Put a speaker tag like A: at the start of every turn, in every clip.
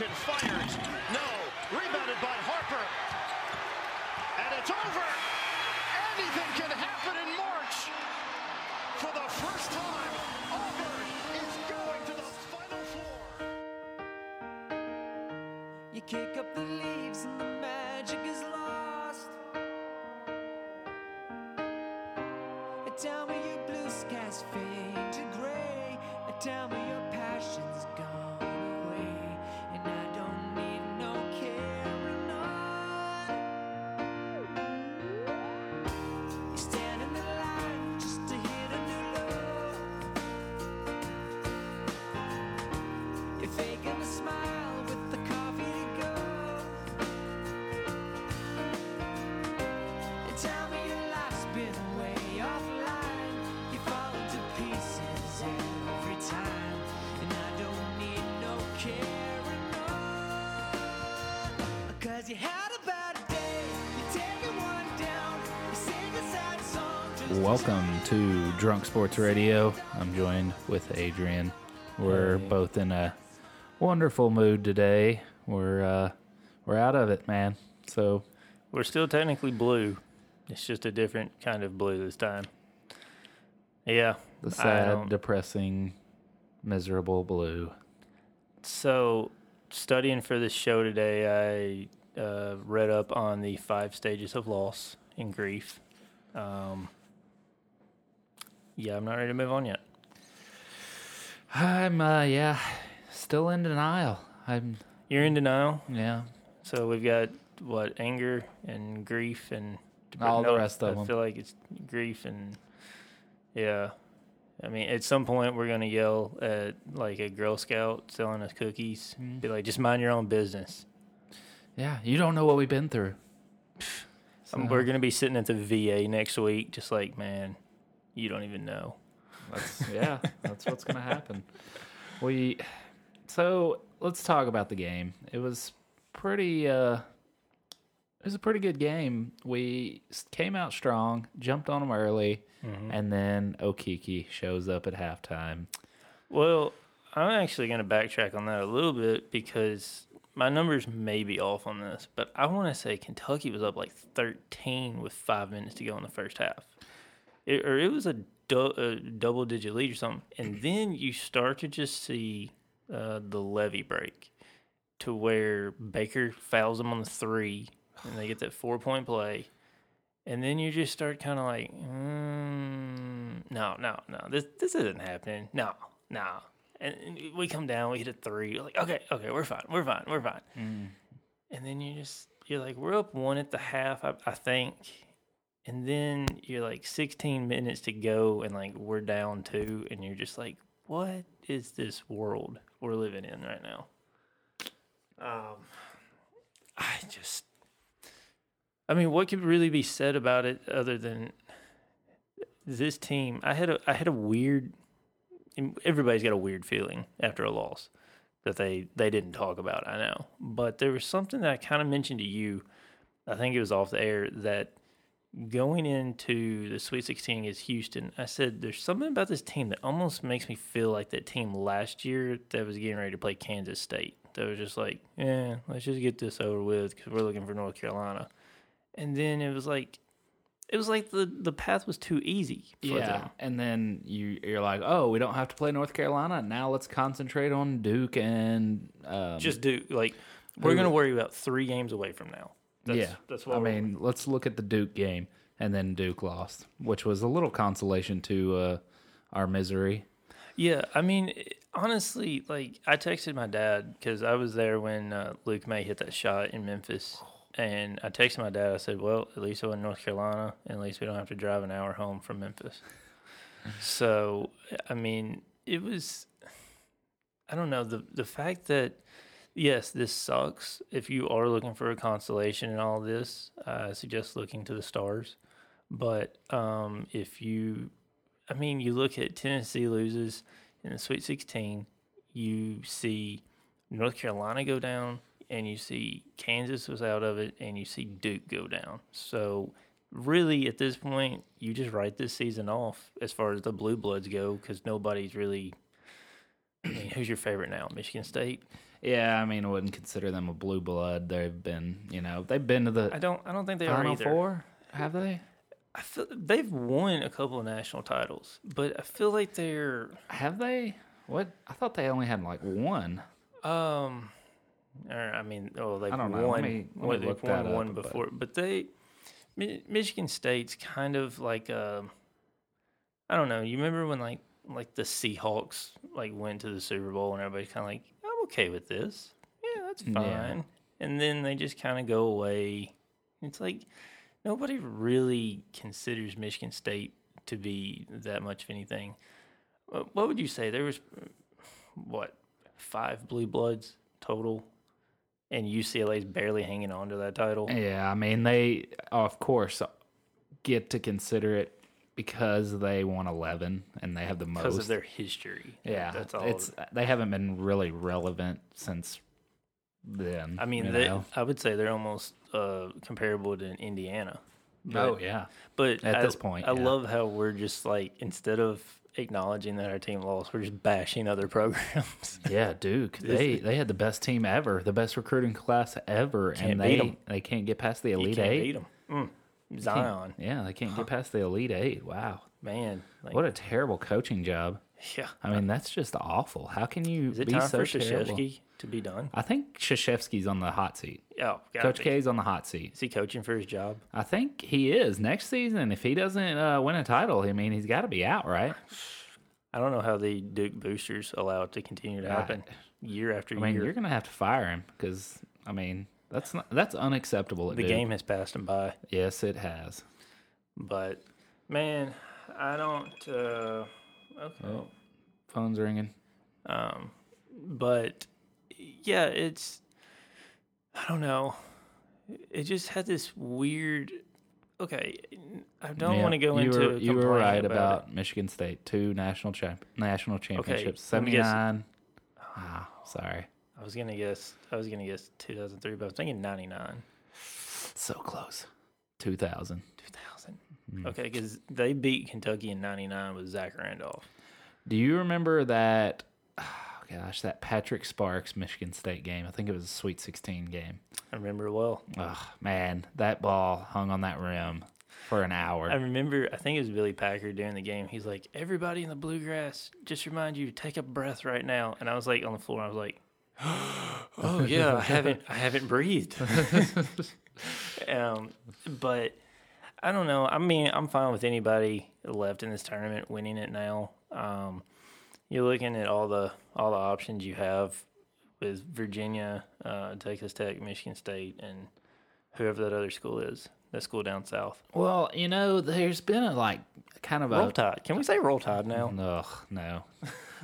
A: fires. No. Rebounded by Harper. And it's over. Anything can happen in March. For the first time, Auburn is going to the Final Four.
B: You kick up the leaves and the magic is lost. A time where your blue skies fade to gray. A time where your passion's gone away. And I don't need no carrying on. You stand in the line just to hit a new low. You're faking a smile with the coffee to go. And tell me your life's been way offline. You fall into pieces every time. And I don't need no caring on. Cause you had a bad day. You take it one down. You sing a sad song. Just to
C: Welcome to Drunk Sports Radio. I'm joined with Adrian. We're both in a wonderful mood today. We're uh, we're out of it, man. So
D: We're still technically blue. It's just a different kind of blue this time. Yeah.
C: the
D: I
C: sad,
D: don't-
C: depressing, miserable blue.
D: so, studying for this show today, I uh, read up on the five stages of loss and grief. Um, yeah, I'm not ready to move on yet.
C: I'm uh, yeah, still in denial. I'm
D: You're in denial.
C: yeah,
D: So, we've got what? Anger and grief and
C: All the rest of
D: I
C: 'em.
D: feel like it's grief and. Yeah. I mean, at some point, we're gonna yell at like a Girl Scout selling us cookies.
C: Mm-hmm.
D: Be like, just mind your own business.
C: yeah. You don't know what we've been through.
D: Um, we're gonna be sitting at the VA next week, just like, man, you don't even know.
C: That's yeah, that's what's gonna happen. We so let's talk about the game. It was pretty uh it was a pretty good game. We s- came out strong, jumped on them early, and then Okiki shows up at halftime.
D: Well, I'm actually gonna backtrack on that a little bit because my numbers may be off on this, but I want to say Kentucky was up like 13 with five minutes to go in the first half, it, or it was a, dou- a double digit lead or something, and then you start to just see uh, the levy break to where Baker fouls them on the three, and they get that four point play. And then you just start kind of like, mm, no, no, no, this this isn't happening. No, no. And and we come down, we hit a 3 You're like, okay, okay, we're fine, we're fine, we're fine. And then you just you're like, we're up one at the half, I, I think. And then you're like 16 minutes to go, and like we're down two, and you're just like, what is this world we're living in right now? Um, I just I mean, what could really be said about it other than this team? I had a I had a weird. Everybody's got a weird feeling after a loss that they they didn't talk about. I know, but there was something that I kind of mentioned to you. I think it was off the air that going into the Sweet 16 against Houston, I said there's something about this team that almost makes me feel like that team last year that was getting ready to play Kansas State. That was just like, yeah, let's just get this over with because we're looking for North Carolina and then it was like it was like the the path was too easy for them.
C: and then you you're like, oh, we don't have to play North Carolina now. Let's concentrate on Duke and um,
D: Just do like we're gonna worry about three games away from now. That's,
C: yeah,
D: that's what
C: I mean. Let's look at the Duke game, and then Duke lost, which was a little consolation to uh, our misery.
D: Yeah, I mean, it- honestly, like I texted my dad because I was there when uh, Luke May hit that shot in Memphis, and I texted my dad. I said, "Well, at least I was in North Carolina, and at least we don't have to drive an hour home from Memphis." so, I mean, it was. I don't know the the fact that yes, this sucks. If you are looking for a consolation in all this, I suggest looking to the stars. But um, if you I mean, you look at Tennessee loses in the Sweet 16. You see North Carolina go down, and you see Kansas was out of it, and you see Duke go down. So, really, at this point, you just write this season off as far as the Blue Bloods go because nobody's really. I mean, who's your favorite now? Michigan State?
C: Yeah, I mean, I wouldn't consider them a blue blood. They've been, you know, they've been to the
D: I don't. I don't think they are
C: final
D: either.
C: four. Have they?
D: I feel, they've won a couple of national titles, but I feel like they're.
C: Have they? What? I thought they only had like one.
D: Um, or, I mean, oh, they've
C: I don't know. Let
D: won.
C: me- let
D: well,
C: me
D: they've
C: look
D: won
C: that
D: one
C: up, but-
D: before, but, they, Mi- Michigan State's kind of like um, I don't know. You remember when like like the Seahawks like went to the Super Bowl and everybody's kind of like, I'm okay with this. Yeah, that's fine. And then they just kind of go away. It's like nobody really considers Michigan State to be that much of anything. Uh, What would you say? There was uh, what five blue bloods total, and UCLA's barely hanging on to that title.
C: Yeah, I mean, they of course get to consider it because they won eleven and they have the most.
D: because of their history.
C: yeah,
D: that's all.
C: It's they haven't been really relevant since then.
D: I mean,
C: you
D: they,
C: know?
D: I would say they're almost uh, comparable to Indiana.
C: oh yeah,
D: But
C: At
D: I-
C: this point,
D: I
C: yeah.
D: love how we're just like instead of acknowledging that our team lost, we're just bashing other programs.
C: yeah, Duke. They they had the best team ever, the best recruiting class ever,
D: Can't
C: and
D: beat
C: they
D: 'em.
C: they can't get past the elite
D: Can't
C: eight.
D: beat 'em. Mm.
C: Can't-
D: Zion,
C: Yeah, they can't get past the elite eight. Wow,
D: man, like,
C: what a terrible coaching job.
D: yeah.
C: I mean, that's just awful. How can you
D: Is it
C: be
D: time
C: so
D: for
C: terrible?
D: Krzyzewski to be done?
C: I think Shashevsky's on the hot seat.
D: Oh, gotta
C: Coach
D: be.
C: K's on the hot seat.
D: Is he coaching for his job?
C: I think he is next season. If he doesn't uh, win a title, I mean, he's got to be out, right?
D: I don't know how the Duke boosters allow it to continue to happen year after
C: I mean,
D: year.
C: you're gonna have to fire him because I mean, that's not, that's unacceptable. At
D: the
C: Duke.
D: game has passed them by,
C: yes, it has.
D: but man, I don't. Uh, okay.
C: Oh, phone's ringing.
D: Um, but yeah, it's I don't know. It just had this weird. Okay, I don't
C: Yeah,
D: want to go
C: you
D: into.
C: Were, you were
D: complaining
C: right
D: about it.
C: about, Michigan State two national champ national championships.
D: let
C: Seventy
D: me guess.
C: nine. Ah, sorry,
D: I was gonna guess. I was gonna guess 2003, but I was thinking 99,
C: so close. Two thousand.
D: 2000. Okay, because they beat Kentucky in 99 with Zach Randolph.
C: Do you remember that? Oh gosh, that Patrick Sparks Michigan State game. I think it was a Sweet Sixteen game.
D: I remember it well.
C: Ugh, man, that ball hung on that rim for an
D: I
C: hour.
D: remember. I think it was Billy Packer during the game. He's like, "Everybody in the bluegrass, just remind you to take a breath right now." And I was like on the floor. and I was like, "Oh yeah, I haven't, I haven't breathed." um, but I don't know. I mean, I'm fine with anybody left in this tournament winning it now. Um, you're looking at all the all the options you have with Virginia, uh, Texas Tech, Michigan State, and whoever that other school is. That school down south.
C: Well, you know, there's been a like kind of a
D: Roll Tide. Can we say Roll Tide now?
C: Ugh, no.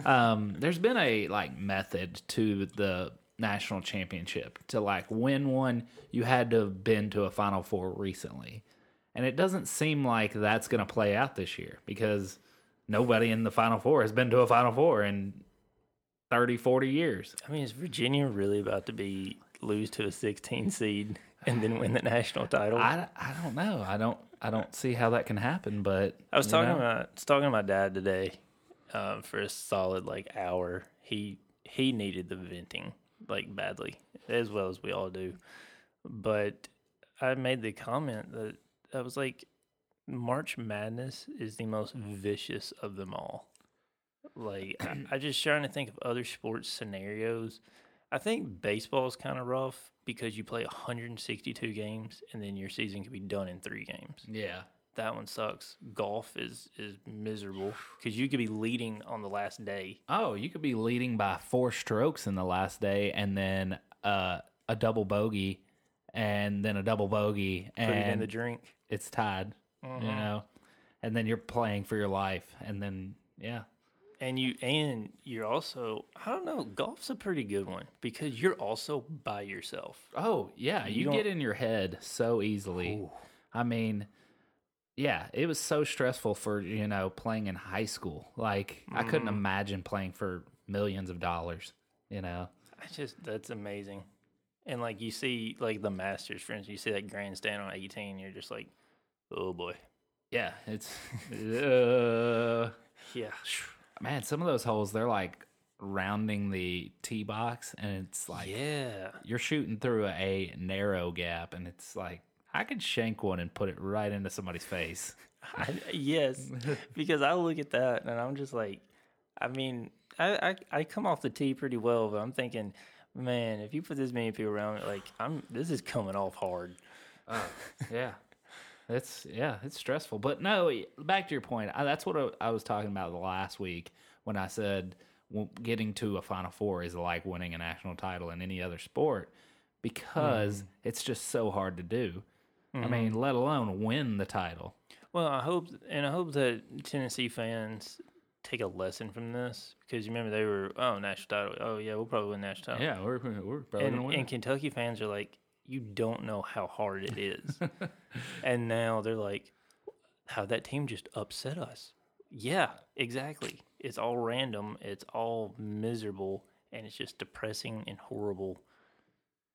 C: um, there's been a like method to the national championship. To like win one, you had to have been to a Final Four recently, and it doesn't seem like that's going to play out this year because nobody in the Final Four has been to a Final Four in 30, 40 years.
D: I mean, is Virginia really about to be lose to a 16 seed and then win the national title? I,
C: I, I don't know. I don't I don't see how that can happen. But
D: was
C: you
D: talking
C: know.
D: about I was talking to my dad today um, for a solid like hour. He he needed the venting like badly, as well as we all do. But I made the comment that I was like, March Madness is the most vicious of them all. Like, I, I just trying to think of other sports scenarios. I think baseball is kind of rough because you play 162 games and then your season can be done in three games.
C: yeah.
D: That one sucks. Golf is is miserable because you could be leading on the last day.
C: Oh, you could be leading by four strokes in the last day, and then uh, a double bogey, and then a double bogey,
D: Put it in
C: and
D: the uh-huh. drink.
C: it's tied. You know, and then you're playing for your life, and then yeah,
D: And you and you're also I don't know, golf's a pretty good one because you're also by yourself.
C: Oh yeah,
D: You
C: you,
D: don't-
C: get in your head so easily. I mean, yeah, it was so stressful for you know playing in high school. Like I couldn't
D: Mm-hmm.
C: imagine playing for millions of dollars. You know,
D: I just that's amazing. And like you see like the Masters, for instance, you see that grandstand on 18, you're just like, oh boy.
C: yeah, it's uh,
D: Yeah.
C: man. Some of those holes, they're like rounding the tee box, and it's like
D: Yeah.
C: you're shooting through a narrow gap, and it's like I could shank one and put it right into somebody's face.
D: I, yes, because I look at that and I'm just like, I mean, I, I I come off the tee pretty well, but I'm thinking, man, if you put this many people around, like I'm, this is coming off hard.
C: yeah it's yeah it's stressful but no back to your point I, that's what I, I was talking about the last week when i said w- getting to a final four is like winning a national title in any other sport because it's just so hard to do i mean let alone win the title
D: Well, I hope, and I hope that Tennessee fans take a lesson from this because you remember they were, oh, national title. Oh, yeah, we'll probably win national title.
C: yeah we're, we're probably
D: and, and Kentucky fans are like, you don't know how hard it is. and now they're like, how that team just upset us. Yeah, exactly. It's all random, it's all miserable, and it's just depressing and horrible.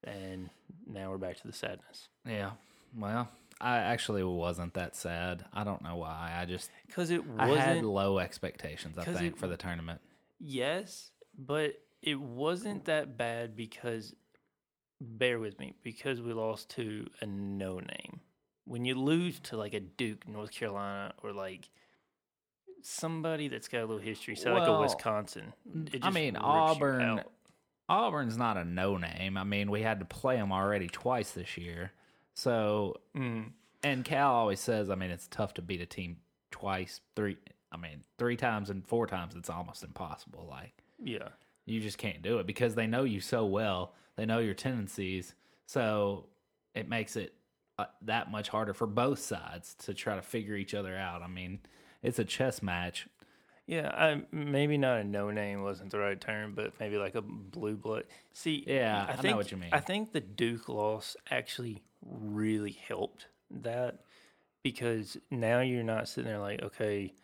D: And now we're back to the sadness.
C: yeah well i actually wasn't that sad i don't know why i just
D: Because it
C: i had
D: wasn't,
C: low expectations i
D: 'Cause
C: think
D: it-
C: for the tournament
D: yes, but it wasn't that bad because, bear with me, because we lost to a no name. when you lose to like a Duke, North Carolina, or like somebody that's got a little history, say like a
C: Well,
D: Wisconsin. it
C: I
D: just
C: mean,
D: rips you
C: Auburn.
D: out.
C: Auburn's not a no name. I mean, we had to play them already twice this year. So,
D: Mm,
C: and Cal always says, I mean, it's tough to beat a team twice, three. I mean, three times and four times, it's almost impossible. Like,
D: Yeah,
C: you just can't do it because they know you so well. They know your tendencies. So it makes it uh, that much harder for both sides to try to figure each other out. I mean, it's a chess match.
D: yeah. I maybe not a no name wasn't the right term, but maybe like a blue blood. See,
C: Yeah, I
D: I,
C: know
D: think,
C: what you mean.
D: I think the Duke loss actually really helped that because now you're not sitting there like, okay.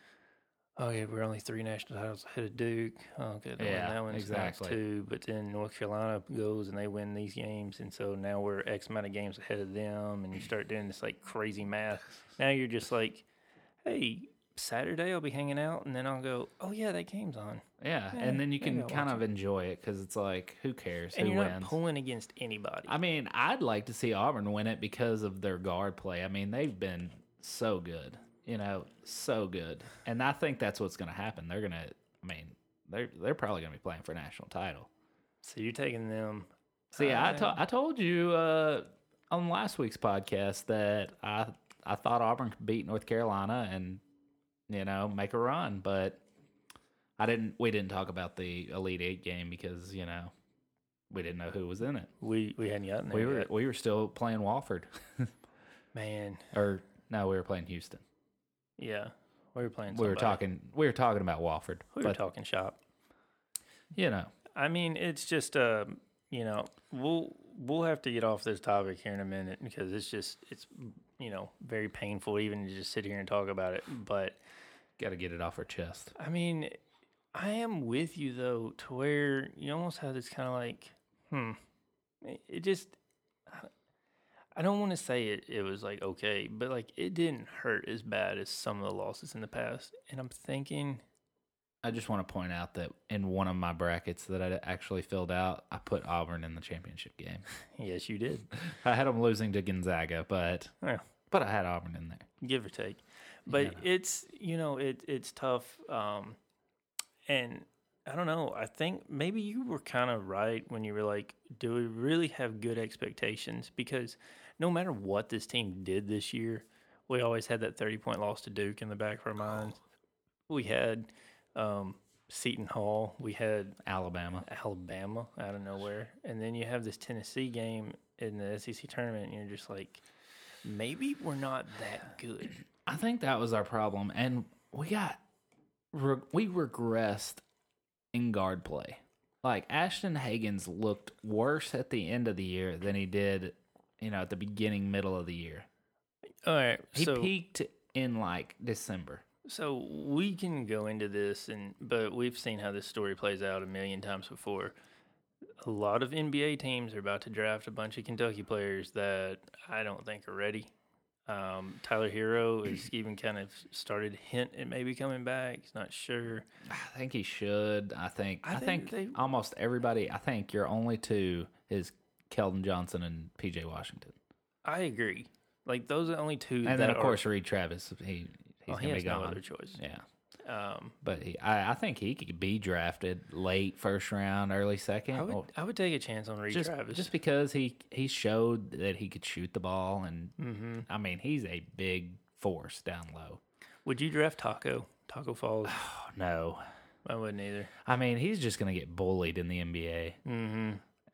D: Okay, Oh, we're only three national titles ahead of Duke. Okay, they
C: Yeah,
D: win that one's
C: exactly.
D: exactly. two, but then North Carolina goes and they win these games, and so now we're X amount of games ahead of them, and you start doing this like crazy math. Now you're just like, hey, Saturday I'll be hanging out, and then I'll go, oh yeah, that game's on,
C: Yeah, and then you
D: maybe
C: can
D: I'll
C: kind
D: watch
C: of enjoy it because it's like, who cares?
D: and
C: who
D: you're
C: wins?
D: not pulling against anybody.
C: I mean, I'd like to see Auburn win it because of their guard play. I mean, they've been so good, you know, so good, and I think that's what's going to happen. They're going to, I mean, they're they're probably going to be playing for a national title.
D: so you're taking them.
C: See, I to- I told you uh, on last week's podcast that I I thought Auburn could beat North Carolina and you know make a run, but I didn't. We didn't talk about the Elite Eight game because you know we didn't know who was in it.
D: We we hadn't gotten there.
C: We were
D: yet.
C: we were still playing Walford,
D: man.
C: or no, we were playing Houston.
D: Yeah, we were playing.
C: We were
D: somebody.
C: talking we were talking about Walford,
D: We were
C: but
D: talking shop.
C: you know,
D: I mean, it's just uh, you know, we'll we'll have to get off this topic here in a minute because it's just it's you know very painful even to just sit here and talk about it. But
C: got to get it off our chest.
D: I mean, I am with you though to where you almost have this kind of like, hmm, it- it just. I- I don't want to say it, it was like okay, but like it didn't hurt as bad as some of the losses in the past. And I'm thinking,
C: I just want to point out that in one of my brackets that I actually filled out, I put Auburn in the championship game.
D: yes, you did.
C: I had them losing to Gonzaga, but
D: Well,
C: but I had Auburn in there.
D: give or take. But it's you know it it's tough, um, and I don't know. I think maybe you were kind of right when you were like, "Do we really have good expectations?" Because no matter what this team did this year, we always had that thirty point loss to Duke in the back of our minds. We had um, Seton Hall. We had
C: Alabama.
D: Alabama out of nowhere, and then you have this Tennessee game in the SEC tournament, and you're just like, maybe we're not that good.
C: I think that was our problem, and we got re- we regressed in guard play. Like Ashton Hagens looked worse at the end of the year than he did, you know, at the beginning, middle of the year.
D: All right.
C: He
D: so,
C: peaked in like December.
D: so we can go into this, and but we've seen how this story plays out a million times before. A lot of NBA teams are about to draft a bunch of Kentucky players that I don't think are ready. Um, Tyler Hero is even kind of started to hint at maybe coming back. He's not sure.
C: I think he should. I think. I,
D: I
C: think,
D: think they-
C: almost everybody. I think your only two is Keldon Johnson and P.J. Washington,
D: I agree. Like those are the only two.
C: and then
D: that
C: of
D: are-
C: course Reed Travis. He he's
D: well,
C: gonna
D: he
C: be
D: has no
C: gone.
D: other choice.
C: Yeah,
D: Um,
C: but he, I, I think he could be drafted late first round, early second.
D: I would
C: or-
D: I would take a chance on Reed
C: Oh. just
D: Travis.
C: just because he he showed that he could shoot the ball, and
D: Mm-hmm.
C: I mean he's a big force down low.
D: would you draft Taco? Taco Falls?
C: Oh, no,
D: I wouldn't either.
C: I mean, he's just going to get bullied in the NBA. Mm-hmm.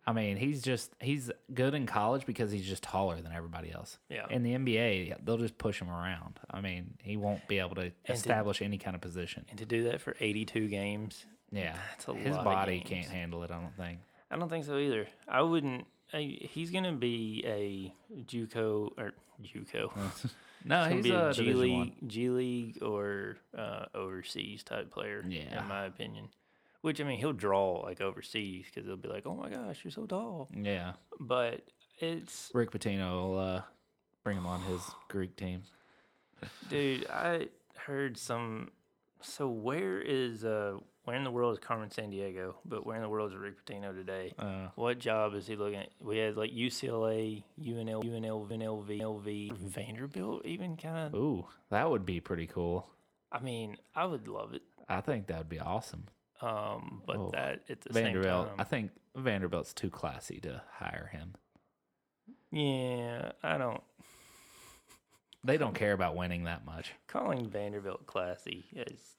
C: I mean, he's just he's good in college because he's just taller than everybody else.
D: Yeah.
C: In the NBA, they'll just push him around. I mean, he won't be able to establish any kind of position.
D: And to do that for 82 games,
C: Yeah,
D: that's a
C: his
D: lot of
C: body
D: games.
C: can't handle it. I don't think.
D: I don't think so either. I wouldn't. I, he's going to be a JUCO or JUCO.
C: No,
D: He's
C: Oh, he's
D: gonna
C: a,
D: be a G
C: Division One.
D: League, G League or uh, overseas type player.
C: Yeah.
D: in my opinion. Which I mean, he'll draw like overseas because they'll be like, "Oh my gosh, you're so tall."
C: Yeah,
D: But it's
C: Rick Pitino will uh, bring him on his Greek team.
D: dude, I heard some. So where is uh, where in the world is Carmen San Diego? But where in the world is Rick Pitino today?
C: Uh,
D: What job is he looking at? We had like UCLA, UNL, UNLV, NLV, NLV, Vanderbilt, even kind of.
C: ooh, that would be pretty cool.
D: I mean, I would love it.
C: I think that would be awesome.
D: Um, but
C: Oh,
D: that at the
C: Vanderbilt.
D: same
C: I
D: time,
C: think Vanderbilt's too classy to hire him.
D: yeah, I don't
C: They don't care about winning that much.
D: calling Vanderbilt classy is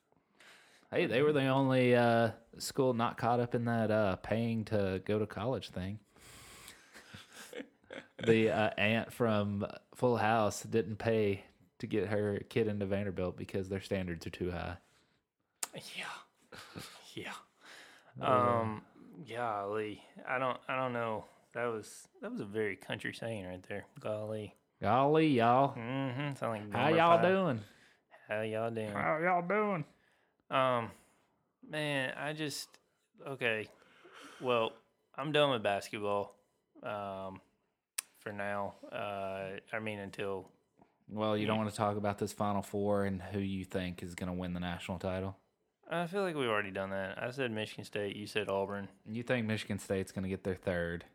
C: Hey, they were the only uh, school not caught up in that uh, paying to go to college thing. the uh, aunt from Full House didn't pay to get her kid into Vanderbilt because their standards are too high.
D: yeah, yeah. Um, golly, I don't, I don't know. That was that was a very country saying right there. Golly,
C: Golly, y'all.
D: mm-hmm. Sound like
C: How
D: Gomer
C: y'all
D: Pyle.
C: doing?
D: How y'all doing?
C: How y'all doing?
D: Um, man, I just okay. Well, I'm done with basketball. Um, for now. Uh, I mean until
C: Well, you don't want to talk about this Final Four and who you think is going to win the national title?
D: I feel like we've already done that. I said Michigan State. You said Auburn.
C: You think Michigan State's going to get their third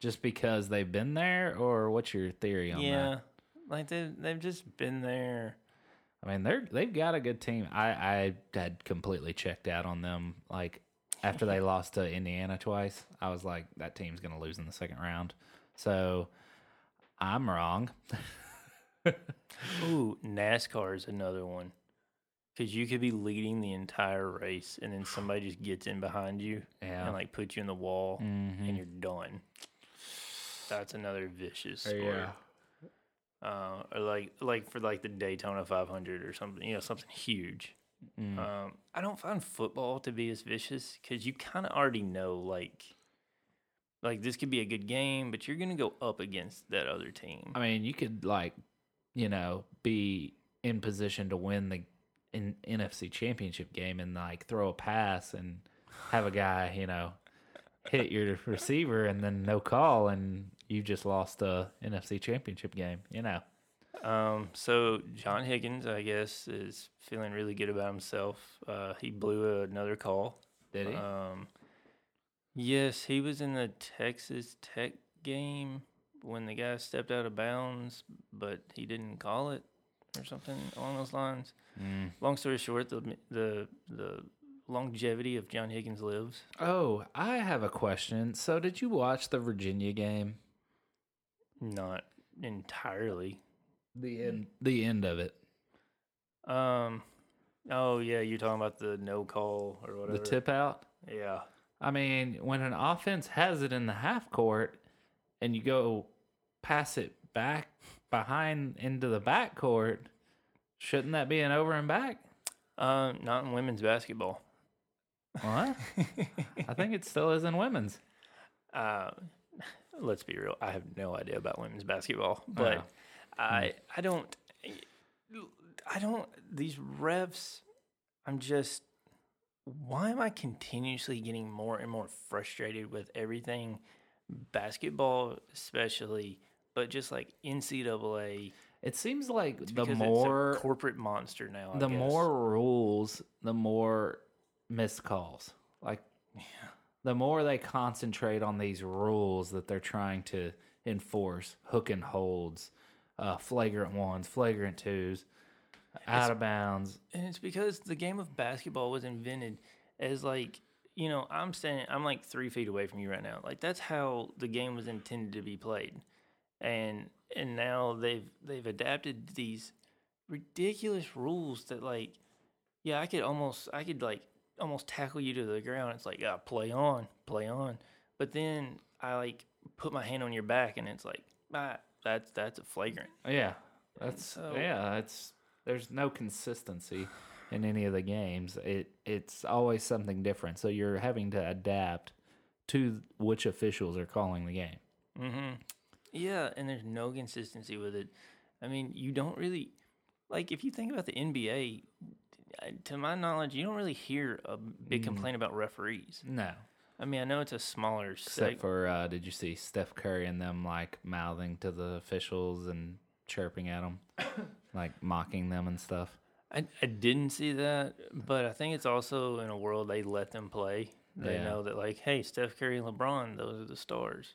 C: just because they've been there, or what's your theory on
D: yeah.
C: that?
D: Like they they've just been there.
C: I mean, they're they've got a good team. I I had completely checked out on them. Like after they lost to Indiana twice, I was like, that team's going to lose in the second round. So I'm wrong.
D: Ooh, NASCAR is another one. Cause you could be leading the entire race, and then somebody just gets in behind you
C: Yeah.
D: and like puts you in the wall, and you're done. That's another vicious
C: Or,
D: story. Uh, or like like for like the Daytona 500 or something, you know, something huge. Um, I don't find football to be as vicious because you kind of already know like like this could be a good game, but you're gonna go up against that other team.
C: I mean, you could like, you know, be in position to win the in NFC Championship game and like throw a pass and have a guy, you know, hit your receiver and then no call and you just lost a NFC Championship game. You know,
D: Um, so John Higgins, I guess, is feeling really good about himself. Uh, he blew another call.
C: did he?
D: Um, yes, he was in the Texas Tech game when the guy stepped out of bounds, but he didn't call it or something along those lines. Long story short, the the the longevity of John Higgins lives.
C: oh, I have a question. So, did you watch the Virginia game?
D: Not entirely.
C: The end. The end of it.
D: Um, oh yeah, you're talking about the no call or whatever.
C: The tip out.
D: Yeah.
C: I mean, when an offense has it in the half court and you go pass it back behind into the back court, shouldn't that be an over and back?
D: Um, not in women's basketball.
C: What? I think it still is in women's.
D: Uh, let's be real. I have no idea about women's basketball,
C: Oh,
D: but I
C: Hmm.
D: I don't I don't these refs. I'm just why am I continuously getting more and more frustrated with everything basketball, especially, but just like NCAA.
C: It seems like the
D: Because it's a
C: more
D: corporate monster now. I
C: the
D: guess.
C: more rules, the more missed calls. Like the more they concentrate on these rules that they're trying to enforce, hook and holds, uh, flagrant ones, flagrant twos, out of bounds.
D: And it's because the game of basketball was invented as like, you know, I'm standing, I'm like three feet away from you right now. Like that's how the game was intended to be played, and and now they've they've adapted these ridiculous rules that like, yeah, I could almost I could like almost tackle you to the ground. It's like, ah, play on, play on. But then I like put my hand on your back, and it's like, ah, that's that's a flagrant.
C: Yeah, that's
D: so-
C: yeah. It's there's no consistency in any of the games. It it's always something different. So you're having to adapt to which officials are calling the game.
D: Yeah, and there's no consistency with it. I mean, you don't really like if you think about the NBA. I- To my knowledge, you don't really hear a big
C: Mm.
D: complaint about referees.
C: No,
D: I mean, I know it's a smaller
C: except
D: sec-
C: for uh, did you see Steph Curry and them like mouthing to the officials and chirping at them, like mocking them and stuff.
D: I, I didn't see that, but I think it's also in a world they let them play. They
C: Yeah.
D: know that like, hey, Steph Curry and LeBron, those are the stars.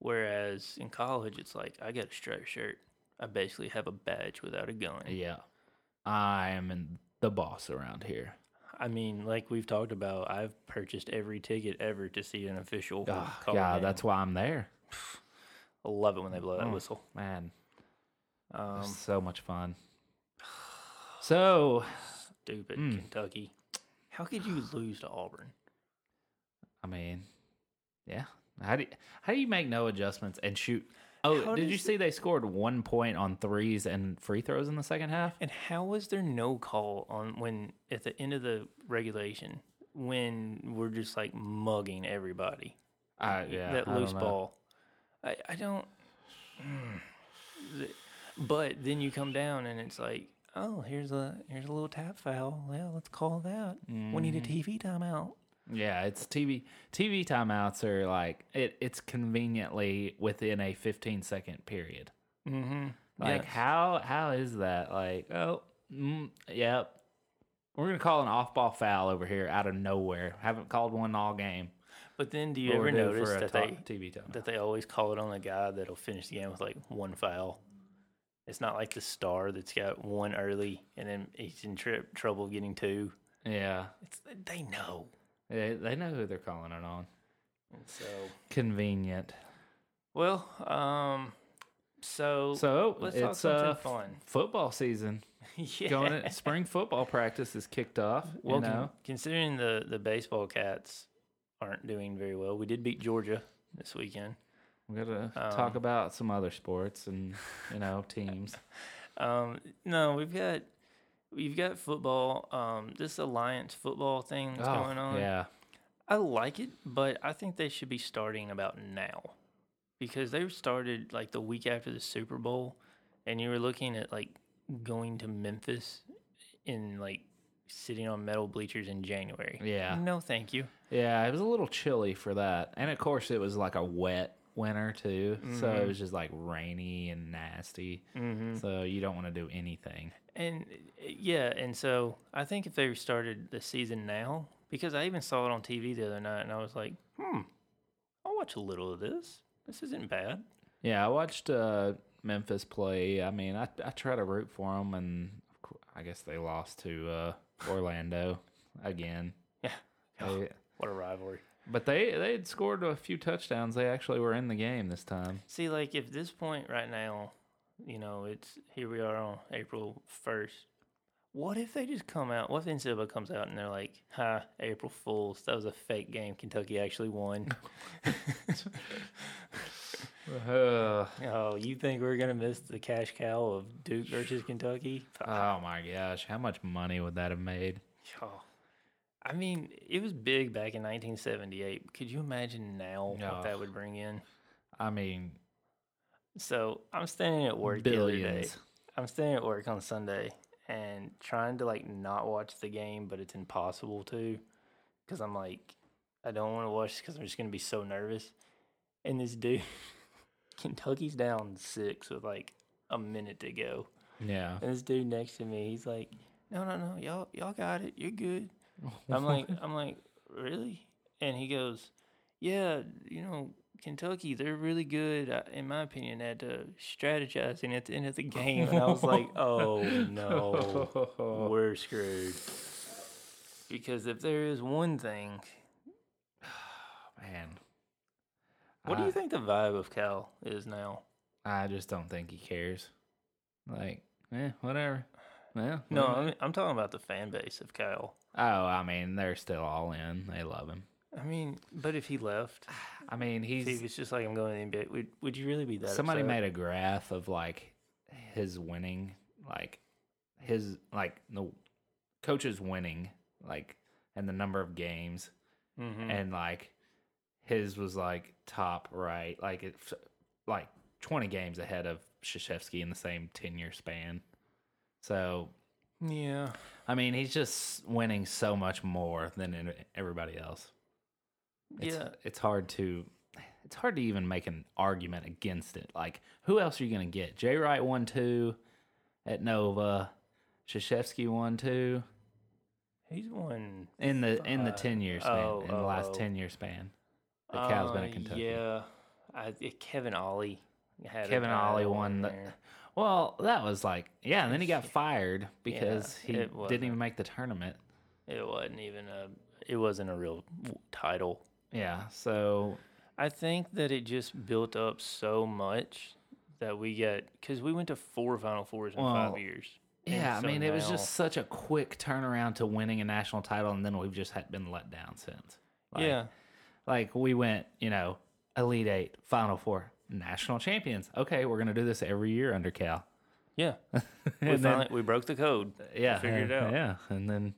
D: Whereas in college, it's like I got a striped shirt. I basically have a badge without a gun.
C: Yeah, I am in the boss around here.
D: I mean, like we've talked about, I've purchased every ticket ever to see an official.
C: Oh,
D: call a
C: God,
D: game.
C: that's Mm. why I'm there.
D: I love it when they blow that whistle.
C: Man, um, so much fun. So,
D: Stupid
C: Mm.
D: Kentucky. How could you lose to Auburn?
C: I mean, yeah. How do you, how do you make no adjustments and shoot? Oh,
D: How
C: did
D: does
C: you
D: it-
C: see they scored one point on threes and free throws in the second half?
D: And how was there no call on when at the end of the regulation when we're just like mugging everybody
C: Uh, yeah,
D: that
C: I don't
D: loose
C: know.
D: ball? I I don't. Mm. The- But then you come down and it's like, oh, here's a here's a little tap foul. Well, let's call that. We need a
C: Mm.
D: TV timeout.
C: Yeah, it's TV TV timeouts are like it. It's conveniently within a 15 second period. Mm-hmm. Like
D: Yes.
C: how how is that? Like oh mm, yep, we're gonna call an off ball foul over here out of nowhere. Haven't called one all game.
D: But then, do you
C: But we're
D: ever
C: due
D: notice
C: for a
D: that
C: ta-
D: they
C: TV timeout?
D: that they always call it on the guy that'll finish the game with like one foul? It's not like the star that's got one early and then he's in tri- trouble getting two.
C: Yeah,
D: It's they know.
C: they, they know who they're calling it on.
D: So
C: Convenient.
D: well, um, so
C: So
D: let's talk
C: it's
D: something
C: uh,
D: fun.
C: football season.
D: yeah.
C: Going in- spring football practice is kicked off. You
D: well, con-
C: know?
D: considering the the baseball cats aren't doing very well, we did beat Georgia this weekend.
C: We gotta talk about some other sports and you know teams.
D: Um, no, we've got we've got football. Um, this alliance football thing that's going on.
C: Oh, Yeah,
D: I like it, but I think they should be starting about now because they started like the week after the Super Bowl, and you were looking at like going to Memphis and like sitting on metal bleachers in January.
C: Yeah.
D: No, thank you.
C: yeah. It was a little chilly for that, and of course it was like a wet winter too, so
D: Mm-hmm.
C: it was just like rainy and nasty. So you don't want to do anything.
D: And uh, yeah, and so I think if they started the season now, because I even saw it on TV the other night, and I was like, hmm, I'll watch a little of this. This isn't bad.
C: Yeah, I watched uh, Memphis play. I mean, I I try to root for them, and of cour- I guess they lost to uh, Orlando again.
D: Yeah. Oh.
C: They-
D: What a rivalry.
C: but they they had scored a few touchdowns. They actually were in the game this time.
D: See, like if this point right now, you know, it's here we are on April first. What if they just come out? What if NCAA comes out and they're like, "Ha, April Fools! That was a fake game. Kentucky actually won."
C: Ugh.
D: oh, you think we're gonna miss the cash cow of Duke versus Kentucky?
C: oh my gosh, how much money would that have made?
D: Oh. I mean, it was big back in 1978. Could you imagine now what
C: No.
D: that would bring in?
C: I mean,
D: So I'm standing at work the other day.
C: billions.
D: I'm staying at work on Sunday and trying to like not watch the game, but it's impossible to because I'm like, I don't want to watch because I'm just gonna be so nervous. And this dude, Kentucky's down six with like a minute to go.
C: Yeah.
D: And this dude next to me, he's like, "No, no, no, y'all, y'all got it. You're good." I'm like, I'm like, really? And he goes, "Yeah, you know, Kentucky, they're really good, uh, in my opinion, at uh, strategizing at the end of the game." And I was like, "Oh no, we're screwed." Because if there is one thing,
C: Man,
D: what do
C: I-
D: you think the vibe of Cal is now?
C: I just don't think he cares. Like, eh, whatever. Well,
D: No,
C: whatever.
D: I mean, I'm talking about the fan base of Cal.
C: Oh, I mean, they're still all in. They love him.
D: I mean, but if he left,
C: I mean,
D: if he
C: he's
D: was just like, "I'm going to the NBA," would would you really be that?
C: somebody
D: upset?
C: made a graph of like his winning, like his like the coaches winning, like and the number of games,
D: Mm-hmm.
C: and like his was like top right, like it, like twenty games ahead of Shashevsky in the same ten year span. So
D: Yeah.
C: I mean, he's just winning so much more than en- everybody else. It's,
D: yeah.
C: it's hard to it's hard to even make an argument against it. Like, who else are you going to get? Jay Wright won two at Nova. Shashevsky won two
D: He's won.
C: in the in the ten year span
D: oh,
C: in the
D: oh,
C: last
D: oh.
C: ten year span. The cow's been
D: uh,
C: in Kentucky.
D: Yeah. I, Kevin Ollie. Had a
C: Kevin Ollie
D: battle
C: won
D: in
C: the.
D: there.
C: Well, that was like yeah, and then he got fired because
D: Yeah, it
C: he
D: wasn't.
C: didn't even make the tournament.
D: It wasn't even a. It wasn't a real w- title.
C: Yeah, so
D: I think that it just built up so much that we got because we went to four Final Fours in
C: Well,
D: five years. And
C: Yeah,
D: so
C: I mean, it was
D: now-
C: just such a quick turnaround to winning a national title, and then we've just had been let down since. Like,
D: yeah.
C: like we went, you know, Elite Eight, Final Four, national champions. Okay, we're gonna do this every year under Cal.
D: Yeah. we
C: then-
D: finally we broke the code.
C: Yeah,
D: Figured it
C: and-
D: out.
C: Yeah, and then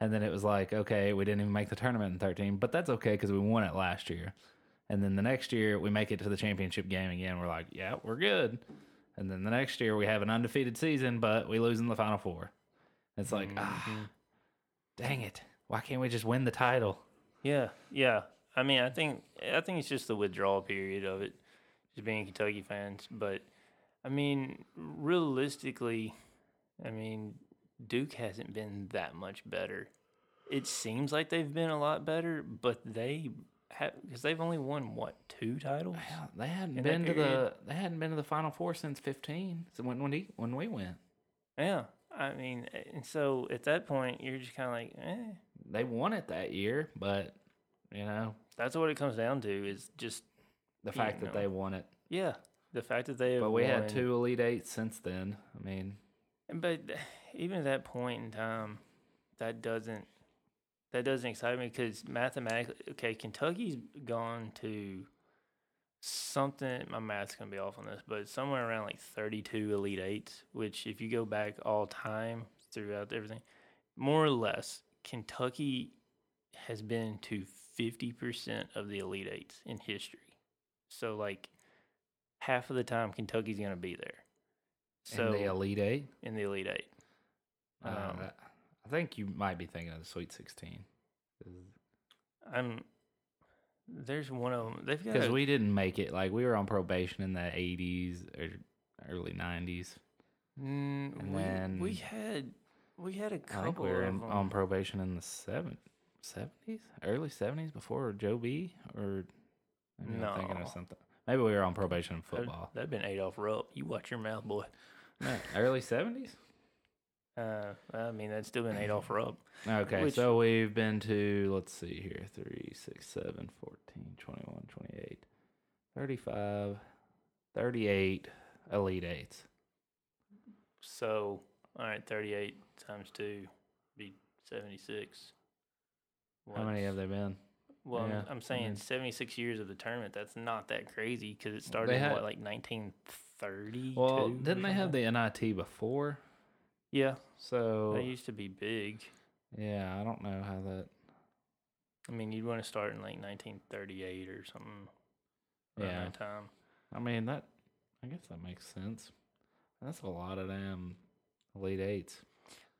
C: and then it was like, okay, we didn't even make the tournament in thirteen, but that's okay because we won it last year. And then the next year we make it to the championship game again. We're like, yeah, we're good. And then the next year we have an undefeated season, but we lose in the final four. It's like, ah, dang it! Why can't we just win the title?
D: Yeah, yeah. I mean, I think I think it's just the withdrawal period of it, just being Kentucky fans. But I mean, realistically, I mean, Duke hasn't been that much better. It seems like they've been a lot better, but they have because they've only won what two titles.
C: They hadn't
D: In that
C: been to the
D: period-
C: they hadn't been to the final four since fifteen. So when when, he, when we went,
D: Yeah, I mean, and so at that point, you're just kind of like, eh.
C: they won it that year, but you know
D: That's what it comes down to is just
C: the fact that
D: know.
C: they won it
D: yeah, the fact that they. Have
C: But we had
D: won-
C: two Elite Eights since then. I mean,
D: But even at that point in time, that doesn't that doesn't excite me because mathematically, okay, Kentucky's gone to something. My math's gonna be off on this, but somewhere around like thirty-two Elite Eights, which if you go back all time throughout everything, more or less, Kentucky has been to fifty percent of the Elite Eights in history. So like half of the time, Kentucky's gonna be there.
C: in
D: So
C: the Elite Eight.
D: in the Elite Eight.
C: Uh,
D: Um,
C: that- I think you might be thinking of the Sweet Sixteen
D: I'm there's one of them. They've got
C: because
D: a-
C: we didn't make it. Like we were on probation in the eighties or early nineties.
D: Mm, we, we
C: then-
D: had we had a couple
C: I think we were
D: of
C: in,
D: 'em.
C: on probation in the seven seventies, early seventies before Joe B. Or maybe I'm thinking
D: No.
C: of something. Maybe we were on probation in
D: That'd-
C: football.
D: That'd been Adolph Rupp. You watch your mouth, boy.
C: No, early seventies.
D: Uh, I mean, that's still been Adolph Rupp.
C: Okay,
D: Which-
C: so we've been to, let's see here, 3, 6, 7, 14, 21, 28, 35, 38 Elite Eights.
D: So, all right, 38 times two be 76.
C: How many have
D: What's-
C: they been?
D: Well, I'm-
C: yeah,
D: I'm,
C: I
D: saying
C: mean-
D: 76 years of the tournament. That's not that crazy because it started
C: They
D: in,
C: had-
D: what, like 1930.
C: Well, didn't they have the NIT before?
D: Yeah, they
C: So,
D: used to be big.
C: yeah, I don't know how that.
D: I mean, you'd want to start in like 1938 or something. Around
C: Yeah.
D: that time.
C: I mean, that, I guess that makes sense. That's a lot of damn Elite Eights.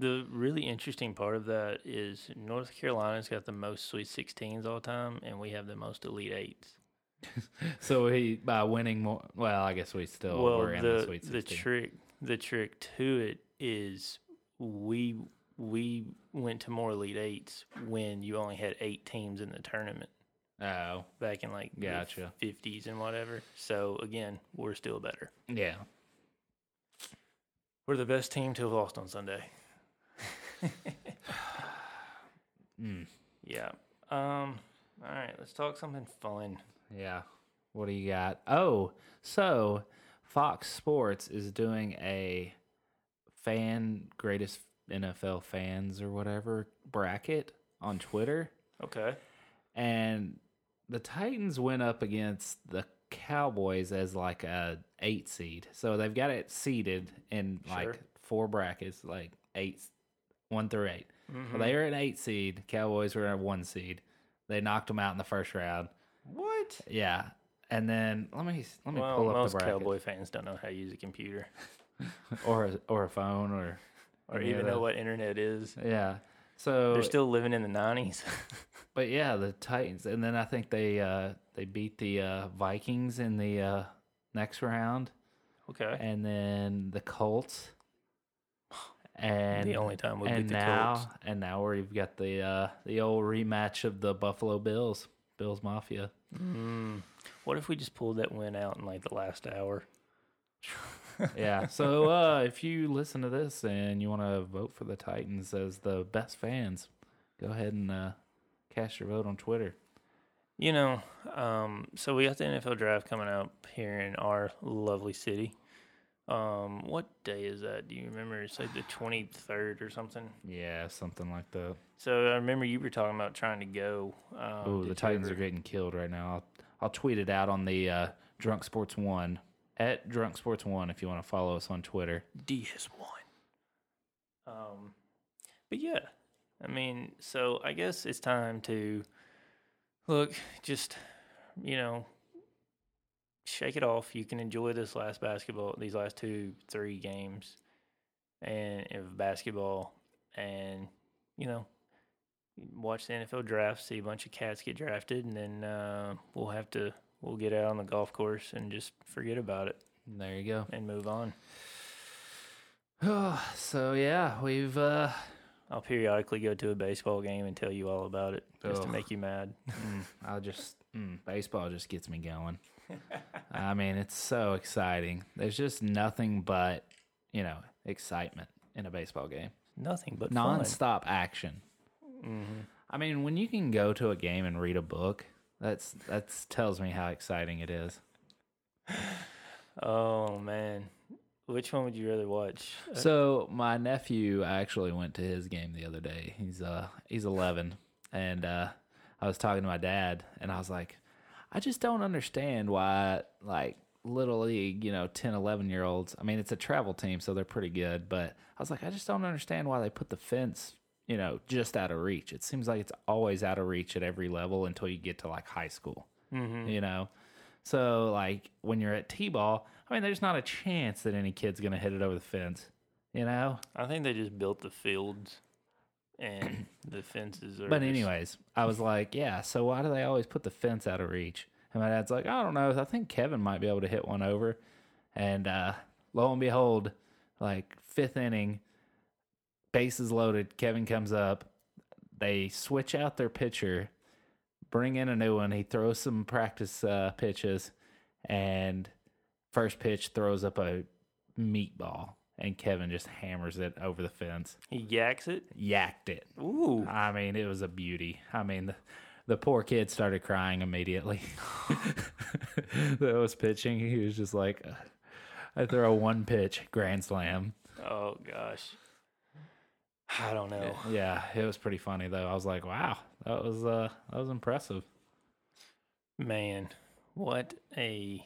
D: The really interesting part of that is North Carolina's got the most Sweet 16s all time, and we have the most Elite Eights.
C: So he by winning more. Well, I guess we still
D: well,
C: Oh, were in the,
D: the
C: Sweet
D: the
C: Sixteen.
D: trick the trick to it is we we went to more elite eights when you only had eight teams in the tournament
C: oh,
D: back in like
C: Gotcha.
D: the 50s and whatever. So again, we're still better.
C: yeah.
D: We're the best team to have lost on Sunday.
C: Hmm.
D: Yeah. Um. All right. Let's talk something fun.
C: Yeah. What do you got? Oh, so Fox Sports is doing a fan greatest NFL fans or whatever bracket on Twitter.
D: Okay.
C: And the Titans went up against the Cowboys as like a eight seed. So they've got it seeded in like
D: Sure.
C: four brackets, like eight, one through 8
D: Mm-hmm.
C: So they were an eight seed. Cowboys were a one seed. They knocked them out in the first round.
D: What?
C: Yeah. And then let me let me
D: Well,
C: pull up
D: most
C: the bracket
D: cowboy fans don't know how to use a computer
C: or a, or a phone or
D: or
C: any
D: even
C: of
D: know what internet is.
C: that. Yeah. So
D: They're still living in the nineties.
C: But yeah, the Titans, and then I think they uh, they beat the uh, Vikings in the uh, next round,
D: okay.
C: and then the Colts. And
D: The only time we
C: and
D: beat the
C: now,
D: Colts.
C: and now we've got the uh, the old rematch of the Buffalo Bills, Bills Mafia.
D: Hmm. What if we just pulled that win out in like the last hour?
C: Yeah. so uh, if you listen to this and you want to vote for the Titans as the best fans, go ahead and uh, cast your vote on Twitter.
D: You know, um, so we got the NFL draft coming up here in our lovely city. Um, what day is that? Do you remember? It's like the twenty third or something.
C: Yeah, something like that.
D: So I remember you were talking about trying to go. Um,
C: Oh,
D: did
C: the
D: you
C: Titans
D: ever-
C: are getting killed right now. I'll, I'll tweet it out on the uh, Drunk Sports One at Drunk Sports One if you want to follow us on Twitter.
D: DS one. Um, but yeah, I mean, so I guess it's time to look. Just you know, shake it off. You can enjoy this last basketball, these last two, three games, and of basketball, and you know, watch the NFL draft, see a bunch of cats get drafted, and then uh, we'll have to we'll get out on the golf course and just forget about it
C: There you go.
D: and move on.
C: so yeah, we've uh,
D: I'll periodically go to a baseball game and tell you all about it just to
C: Ugh.
D: make you mad.
C: I just mm, baseball just gets me going. I mean, it's so exciting. There's just nothing but you know excitement in a baseball game.
D: Nothing but fun.
C: nonstop action. I mean, when you can go to a game and read a book, that's that's tells me how exciting it is.
D: Oh man, which one would you rather watch?
C: So my nephew, I actually went to his game the other day. He's uh he's 11, and uh, I was talking to my dad, and I was like, I just don't understand why like little league, you know, 10, 11 year olds. I mean, it's a travel team, so they're pretty good, but I was like, I just don't understand why they put the fence, you know, just out of reach. It seems like it's always out of reach at every level until you get to like high school, you know. So like when you're at T-ball, I mean, there's not a chance that any kid's gonna hit it over the fence, you know.
D: I think they just built the fields and the fences are.
C: But
D: just-
C: anyways, I was like, yeah. So why do they always put the fence out of reach? And my dad's like, I don't know. I think Kevin might be able to hit one over. And uh, lo and behold, like fifth inning, bases loaded. Kevin comes up. They switch out their pitcher, bring in a new one. He throws some practice uh, pitches, and first pitch throws up a meatball, and Kevin just hammers it over the fence.
D: he yaks it. Ah.
C: Yacked it.
D: Ooh,
C: I mean, it was a beauty. I mean, the, the poor kid started crying immediately. that was pitching. He was just like, uh, I throw one pitch, grand slam.
D: oh gosh, I don't know.
C: Yeah, it was pretty funny though. I was like, wow, that was uh, that was impressive.
D: Man, what a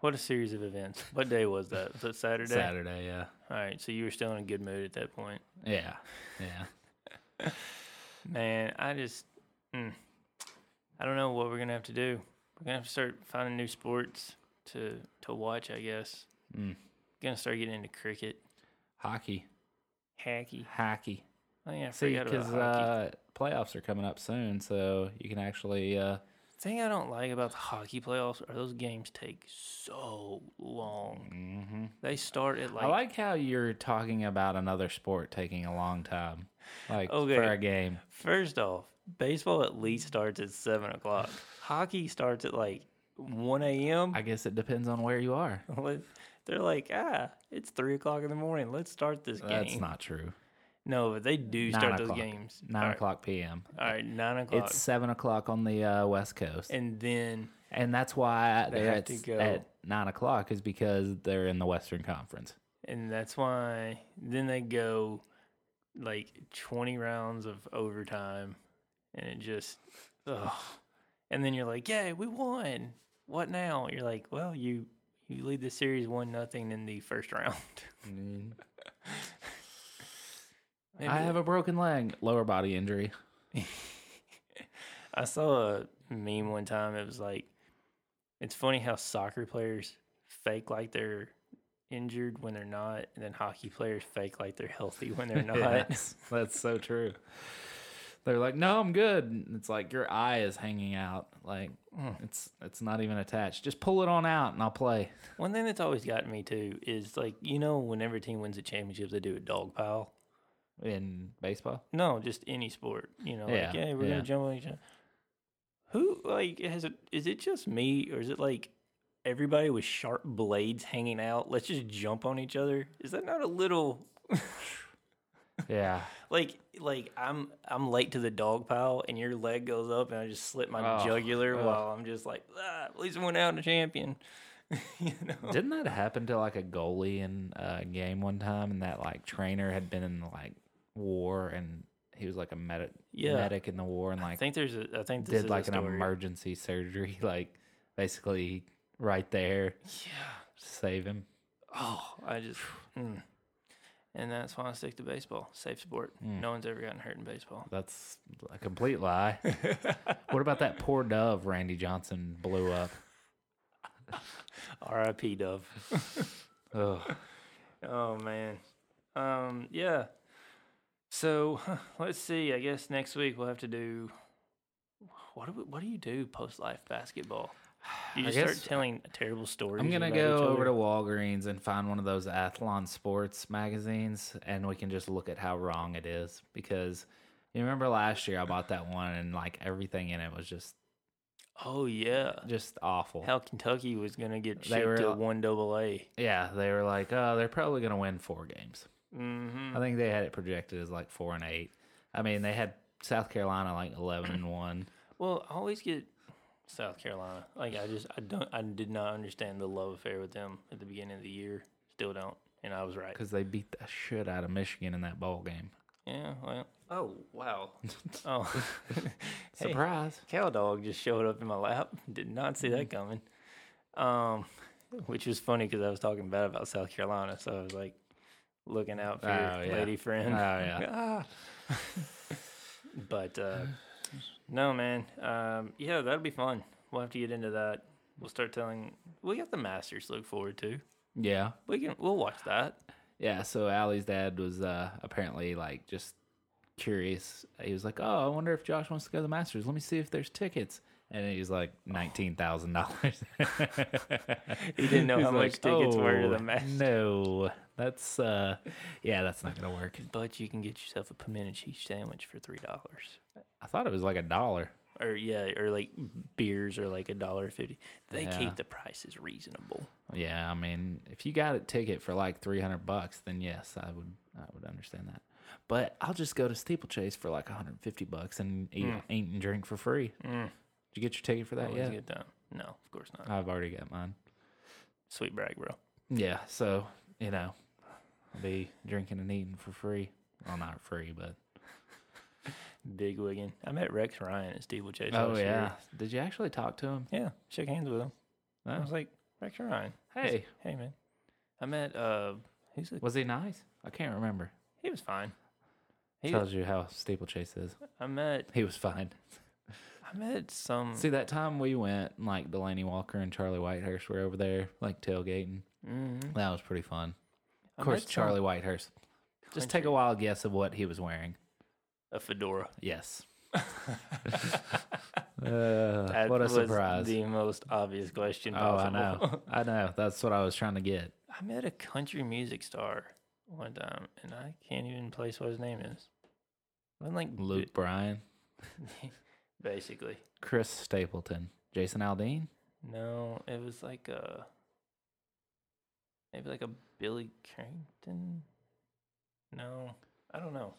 D: what a series of events. What day was that? Was it Saturday?
C: Saturday, yeah,
D: All right, so you were still in a good mood at that point.
C: yeah, yeah.
D: Man, I just, mm, I don't know what we're gonna have to do. We're gonna have to start finding new sports to to watch, I guess.
C: Mm.
D: Gonna start getting into cricket,
C: Hockey,
D: hockey.
C: hockey.
D: Oh yeah, I
C: See,
D: forgot about
C: because
D: hockey.
C: uh, playoffs are coming up soon, so you can actually uh,
D: thing I don't like about the hockey playoffs are those games take so long. Mm-hmm. They start at like,
C: I like how you're talking about another sport taking a long time, like
D: Okay.
C: for a game.
D: first off, baseball at least starts at seven o'clock. Hockey starts at like one a.m.
C: I guess it depends on where you are.
D: Let- They're like, ah, it's three o'clock in the morning. Let's start this game.
C: That's not true.
D: No, but they do
C: Nine
D: start
C: o'clock.
D: those games.
C: Nine
D: All right.
C: o'clock p.m.
D: All right, nine o'clock.
C: It's seven o'clock on the uh, west coast, and,
D: and then
C: that's why they are
D: have
C: at,
D: to go-
C: at nine o'clock is because they're in the Western Conference.
D: and that's why then they go like 20 rounds of overtime and it just ugh. and then you're like yay we won what now you're like well you you lead the series one nothing in the first round Maybe-
C: Mm-hmm. I have a broken leg, lower body injury.
D: I saw a meme one time. It was like, it's funny how soccer players fake like they're injured when they're not, and then hockey players fake like they're healthy when they're not.
C: Yes, that's so true. They're like, no, I'm good. And it's like your eye is hanging out. Like it's it's not even attached. Just pull it on out, and I'll play.
D: One thing that's always gotten me too is like, you know, whenever a team wins a championship, they do a dog pile.
C: In baseball,
D: No, just any sport. You know,
C: Yeah,
D: like, hey, we're
C: yeah.
D: gonna jump on each other. Who like has it? Is it just me, or is it like everybody with sharp blades hanging out? Let's just jump on each other. Is that not a little
C: yeah.
D: like like I'm I'm late to the dog pile and your leg goes up and I just slip my
C: Oh,
D: jugular while I'm just like ah, at least I went out a champion. you know.
C: Didn't that happen to like a goalie in a game one time, and that like trainer had been in like war, and he was like a medic,
D: Yeah.
C: medic in the war, and
D: I
C: like
D: think there's a I think this
C: did
D: is
C: like
D: a
C: an
D: story.
C: emergency surgery, like basically right there, yeah, save him.
D: Oh, I just mm. and that's why I stick to baseball, safe sport.
C: Hmm.
D: No one's ever gotten hurt in baseball.
C: That's a complete lie. what about that poor dove Randy Johnson blew up?
D: R.I.P. Dove.
C: Ugh.
D: Oh man. Um yeah. So let's see. I guess next week we'll have to do. What do we, what do you do post life basketball? Do you
C: I
D: just start
C: guess-
D: telling terrible stories?
C: I'm gonna
D: about each
C: go
D: other?
C: over to Walgreens and find one of those Athlon Sports magazines, and we can just look at how wrong it is. Because you remember last year I bought that one, and like everything in it was just
D: Oh yeah,
C: just awful.
D: how Kentucky was gonna get
C: They
D: shipped to
C: were-
D: one double A.
C: Yeah, they were like, oh, they're probably gonna win four games.
D: Mm-hmm.
C: I think they had it projected as like four and eight. I mean, they had South Carolina like 11 and one.
D: Well, I always get South Carolina. Like I just I don't I did not understand the love affair with them at the beginning of the year. Still don't, and I was right.
C: because they beat the shit out of Michigan in that bowl game.
D: Yeah. Well. Oh wow. oh. Hey,
C: Surprise!
D: cow dog just showed up in my lap. Did not see that coming. Um, which was funny because I was talking bad about South Carolina, so I was like looking out for
C: Oh, yeah.
D: your lady
C: Oh,
D: friend.
C: yeah.
D: Ah. but uh, no, man. Um, yeah, that'll be fun. We'll have to get into that. We'll start telling. We got the Masters to look forward to.
C: Yeah,
D: We can. We'll watch that.
C: yeah. So Allie's dad was uh, apparently like just curious. He was like, "Oh, I wonder if Josh wants to go to the Masters. Let me see if there's tickets." And he was like nineteen thousand dollars.
D: Oh. He didn't know how much tickets were to the Masters.
C: "Oh, No, that's uh, yeah, that's not gonna work.
D: But you can get yourself a pimento cheese sandwich for three dollars.
C: I thought it was like a dollar.
D: or yeah, or like beers are like a dollar fifty. They
C: Yeah.
D: keep the prices reasonable.
C: Yeah, I mean, if you got a ticket for like three hundred bucks, then yes, I would I would understand that. But I'll just go to Steeplechase for like one hundred and fifty bucks and eat, eat and drink for free. Did you Mm. get your ticket for that
D: Always
C: yet?
D: get that. No, of course not.
C: I've already got mine.
D: Sweet brag, bro.
C: Yeah, so you know, I'll be drinking and eating for free. Well, not free, but
D: Big Wiggin. I met Rex Ryan at Steve Chase.
C: oh
D: last year.
C: yeah. Did you actually talk to him?
D: yeah. Shook hands with him. I
C: Oh.
D: was like Rex Ryan.
C: Hey,
D: Hey man. I met uh, who's the,
C: was he nice? I can't remember.
D: he was fine. He,
C: Tells you how Steeplechase is.
D: I met
C: He was fine.
D: I met some.
C: See that time we went, and, like Delaney Walker and Charlie Whitehurst were over there, like tailgating.
D: Mhm.
C: That was pretty fun.
D: I
C: Of course,
D: met some-
C: Charlie Whitehurst. Just take a wild guess of what he was wearing.
D: a fedora.
C: Yes, Uh, what a
D: was
C: surprise.
D: The most obvious question.
C: Oh, I
D: possible.
C: know. I know. That's what I was trying to get.
D: I met a country music star one time, and I can't even place what his name is. I'm like
C: Luke Bryan,
D: basically.
C: Chris Stapleton, Jason Aldean.
D: No, it was like a maybe like a Billy Carrington. No, I don't know.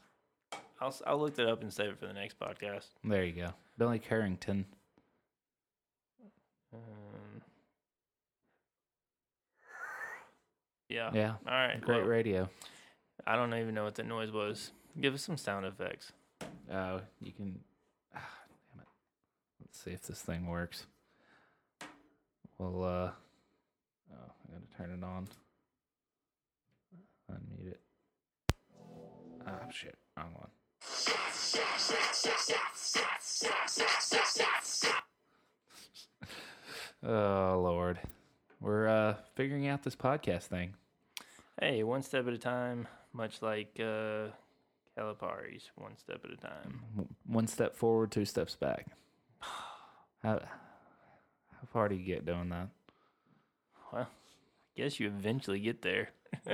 D: I'll s- I'll look that up and save it for the next podcast.
C: There you go. Billy Carrington.
D: Um, yeah.
C: Yeah.
D: Oh. All right.
C: Great
D: well,
C: radio.
D: I don't even know what that noise was. Give us some sound effects.
C: Oh, you can. Ah, damn it. Let's see if this thing works. Well, uh. Oh, I gotta turn it on. Unmute it. Ah, shit. Wrong one. oh, Lord. We're uh, figuring out this podcast thing.
D: Hey, one step at a time, much like uh, Calipari's one step at a time.
C: W- One step forward, two steps back. How, how far do you get doing that?
D: Well, I guess you eventually get there.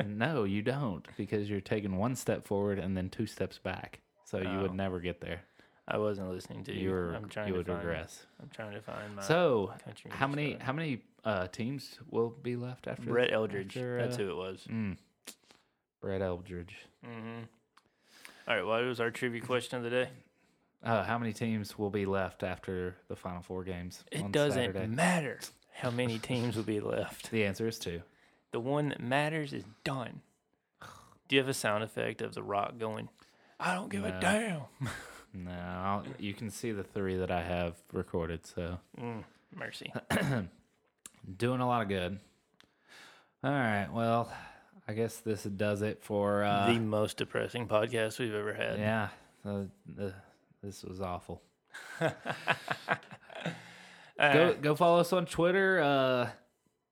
C: no, you don't, because you're taking one step forward and then two steps back. So you
D: Oh.
C: would never get there.
D: I wasn't listening to you.
C: You were
D: I'm trying
C: you
D: to
C: would
D: find,
C: regress.
D: I'm trying to find my.
C: So
D: country
C: how
D: music
C: many
D: guy.
C: how many uh, teams will be left after
D: Brett
C: th-
D: Eldridge.
C: after,
D: That's
C: uh,
D: who it was.
C: mm, Brett Eldridge.
D: Mm-hmm. All right. Well, it was our trivia question of the day.
C: Uh, how many teams will be left after the final four games?
D: It
C: on
D: doesn't
C: Saturday?
D: matter how many teams will be left.
C: The answer is two.
D: The one that matters is done. Do you have a sound effect of the rock going? I don't give a
C: No.
D: damn.
C: No, I'll, you can see the three that I have recorded. So
D: Mm, mercy.
C: doing a lot of good. All right. Well, I guess this does it for uh,
D: the most depressing podcast we've ever had.
C: Yeah, the, the, this was awful. go go follow us on Twitter. Uh,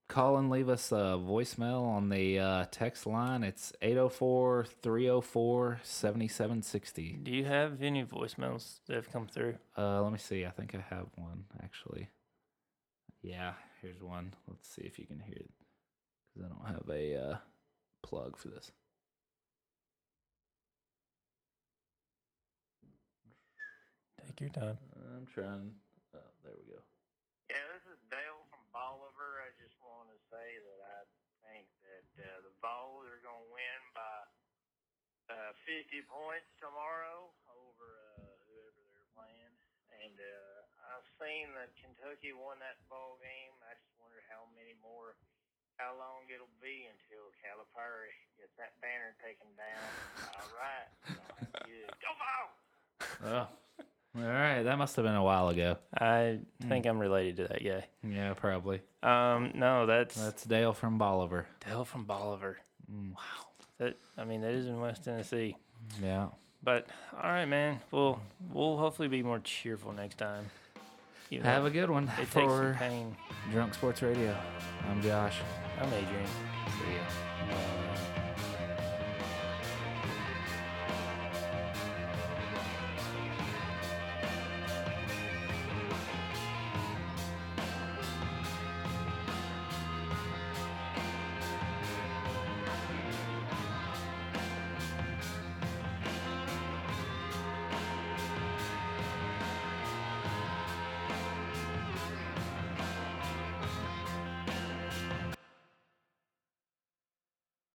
C: call and leave us a voicemail on the uh, text line. It's 804-304-7760.
D: Do you have any voicemails that have come through?
C: Uh, let me see. I think I have one actually. Yeah, here's one. Let's see if you can hear it because I don't have a uh, plug for this.
D: Take your time.
C: I'm trying. Oh, there we go.
E: Yeah, this is Dale from Bolivar. I just want to say that I think that uh, the Vols are going to win by uh, 50 points tomorrow over uh, whoever they're playing. And uh, I've seen that Kentucky won that ball game. I just wonder how many more, how long it'll be until Calipari gets that banner taken down. All right. Good. Go Vols!
C: Oh. All right, that must have been a while ago.
D: I
C: Hmm.
D: think I'm related to that guy.
C: Yeah, probably.
D: Um, no, that's,
C: That's Dale from Bolivar.
D: Dale from Bolivar.
C: Mm.
D: Wow. That I mean, that is in West Tennessee.
C: Yeah.
D: But all right, man. We'll we'll hopefully be more cheerful next time. You
C: Have a good one
D: it takes some
C: for
D: pain.
C: Drunk Sports Radio. I'm Josh.
D: I'm Adrian.
C: See ya.
D: Uh,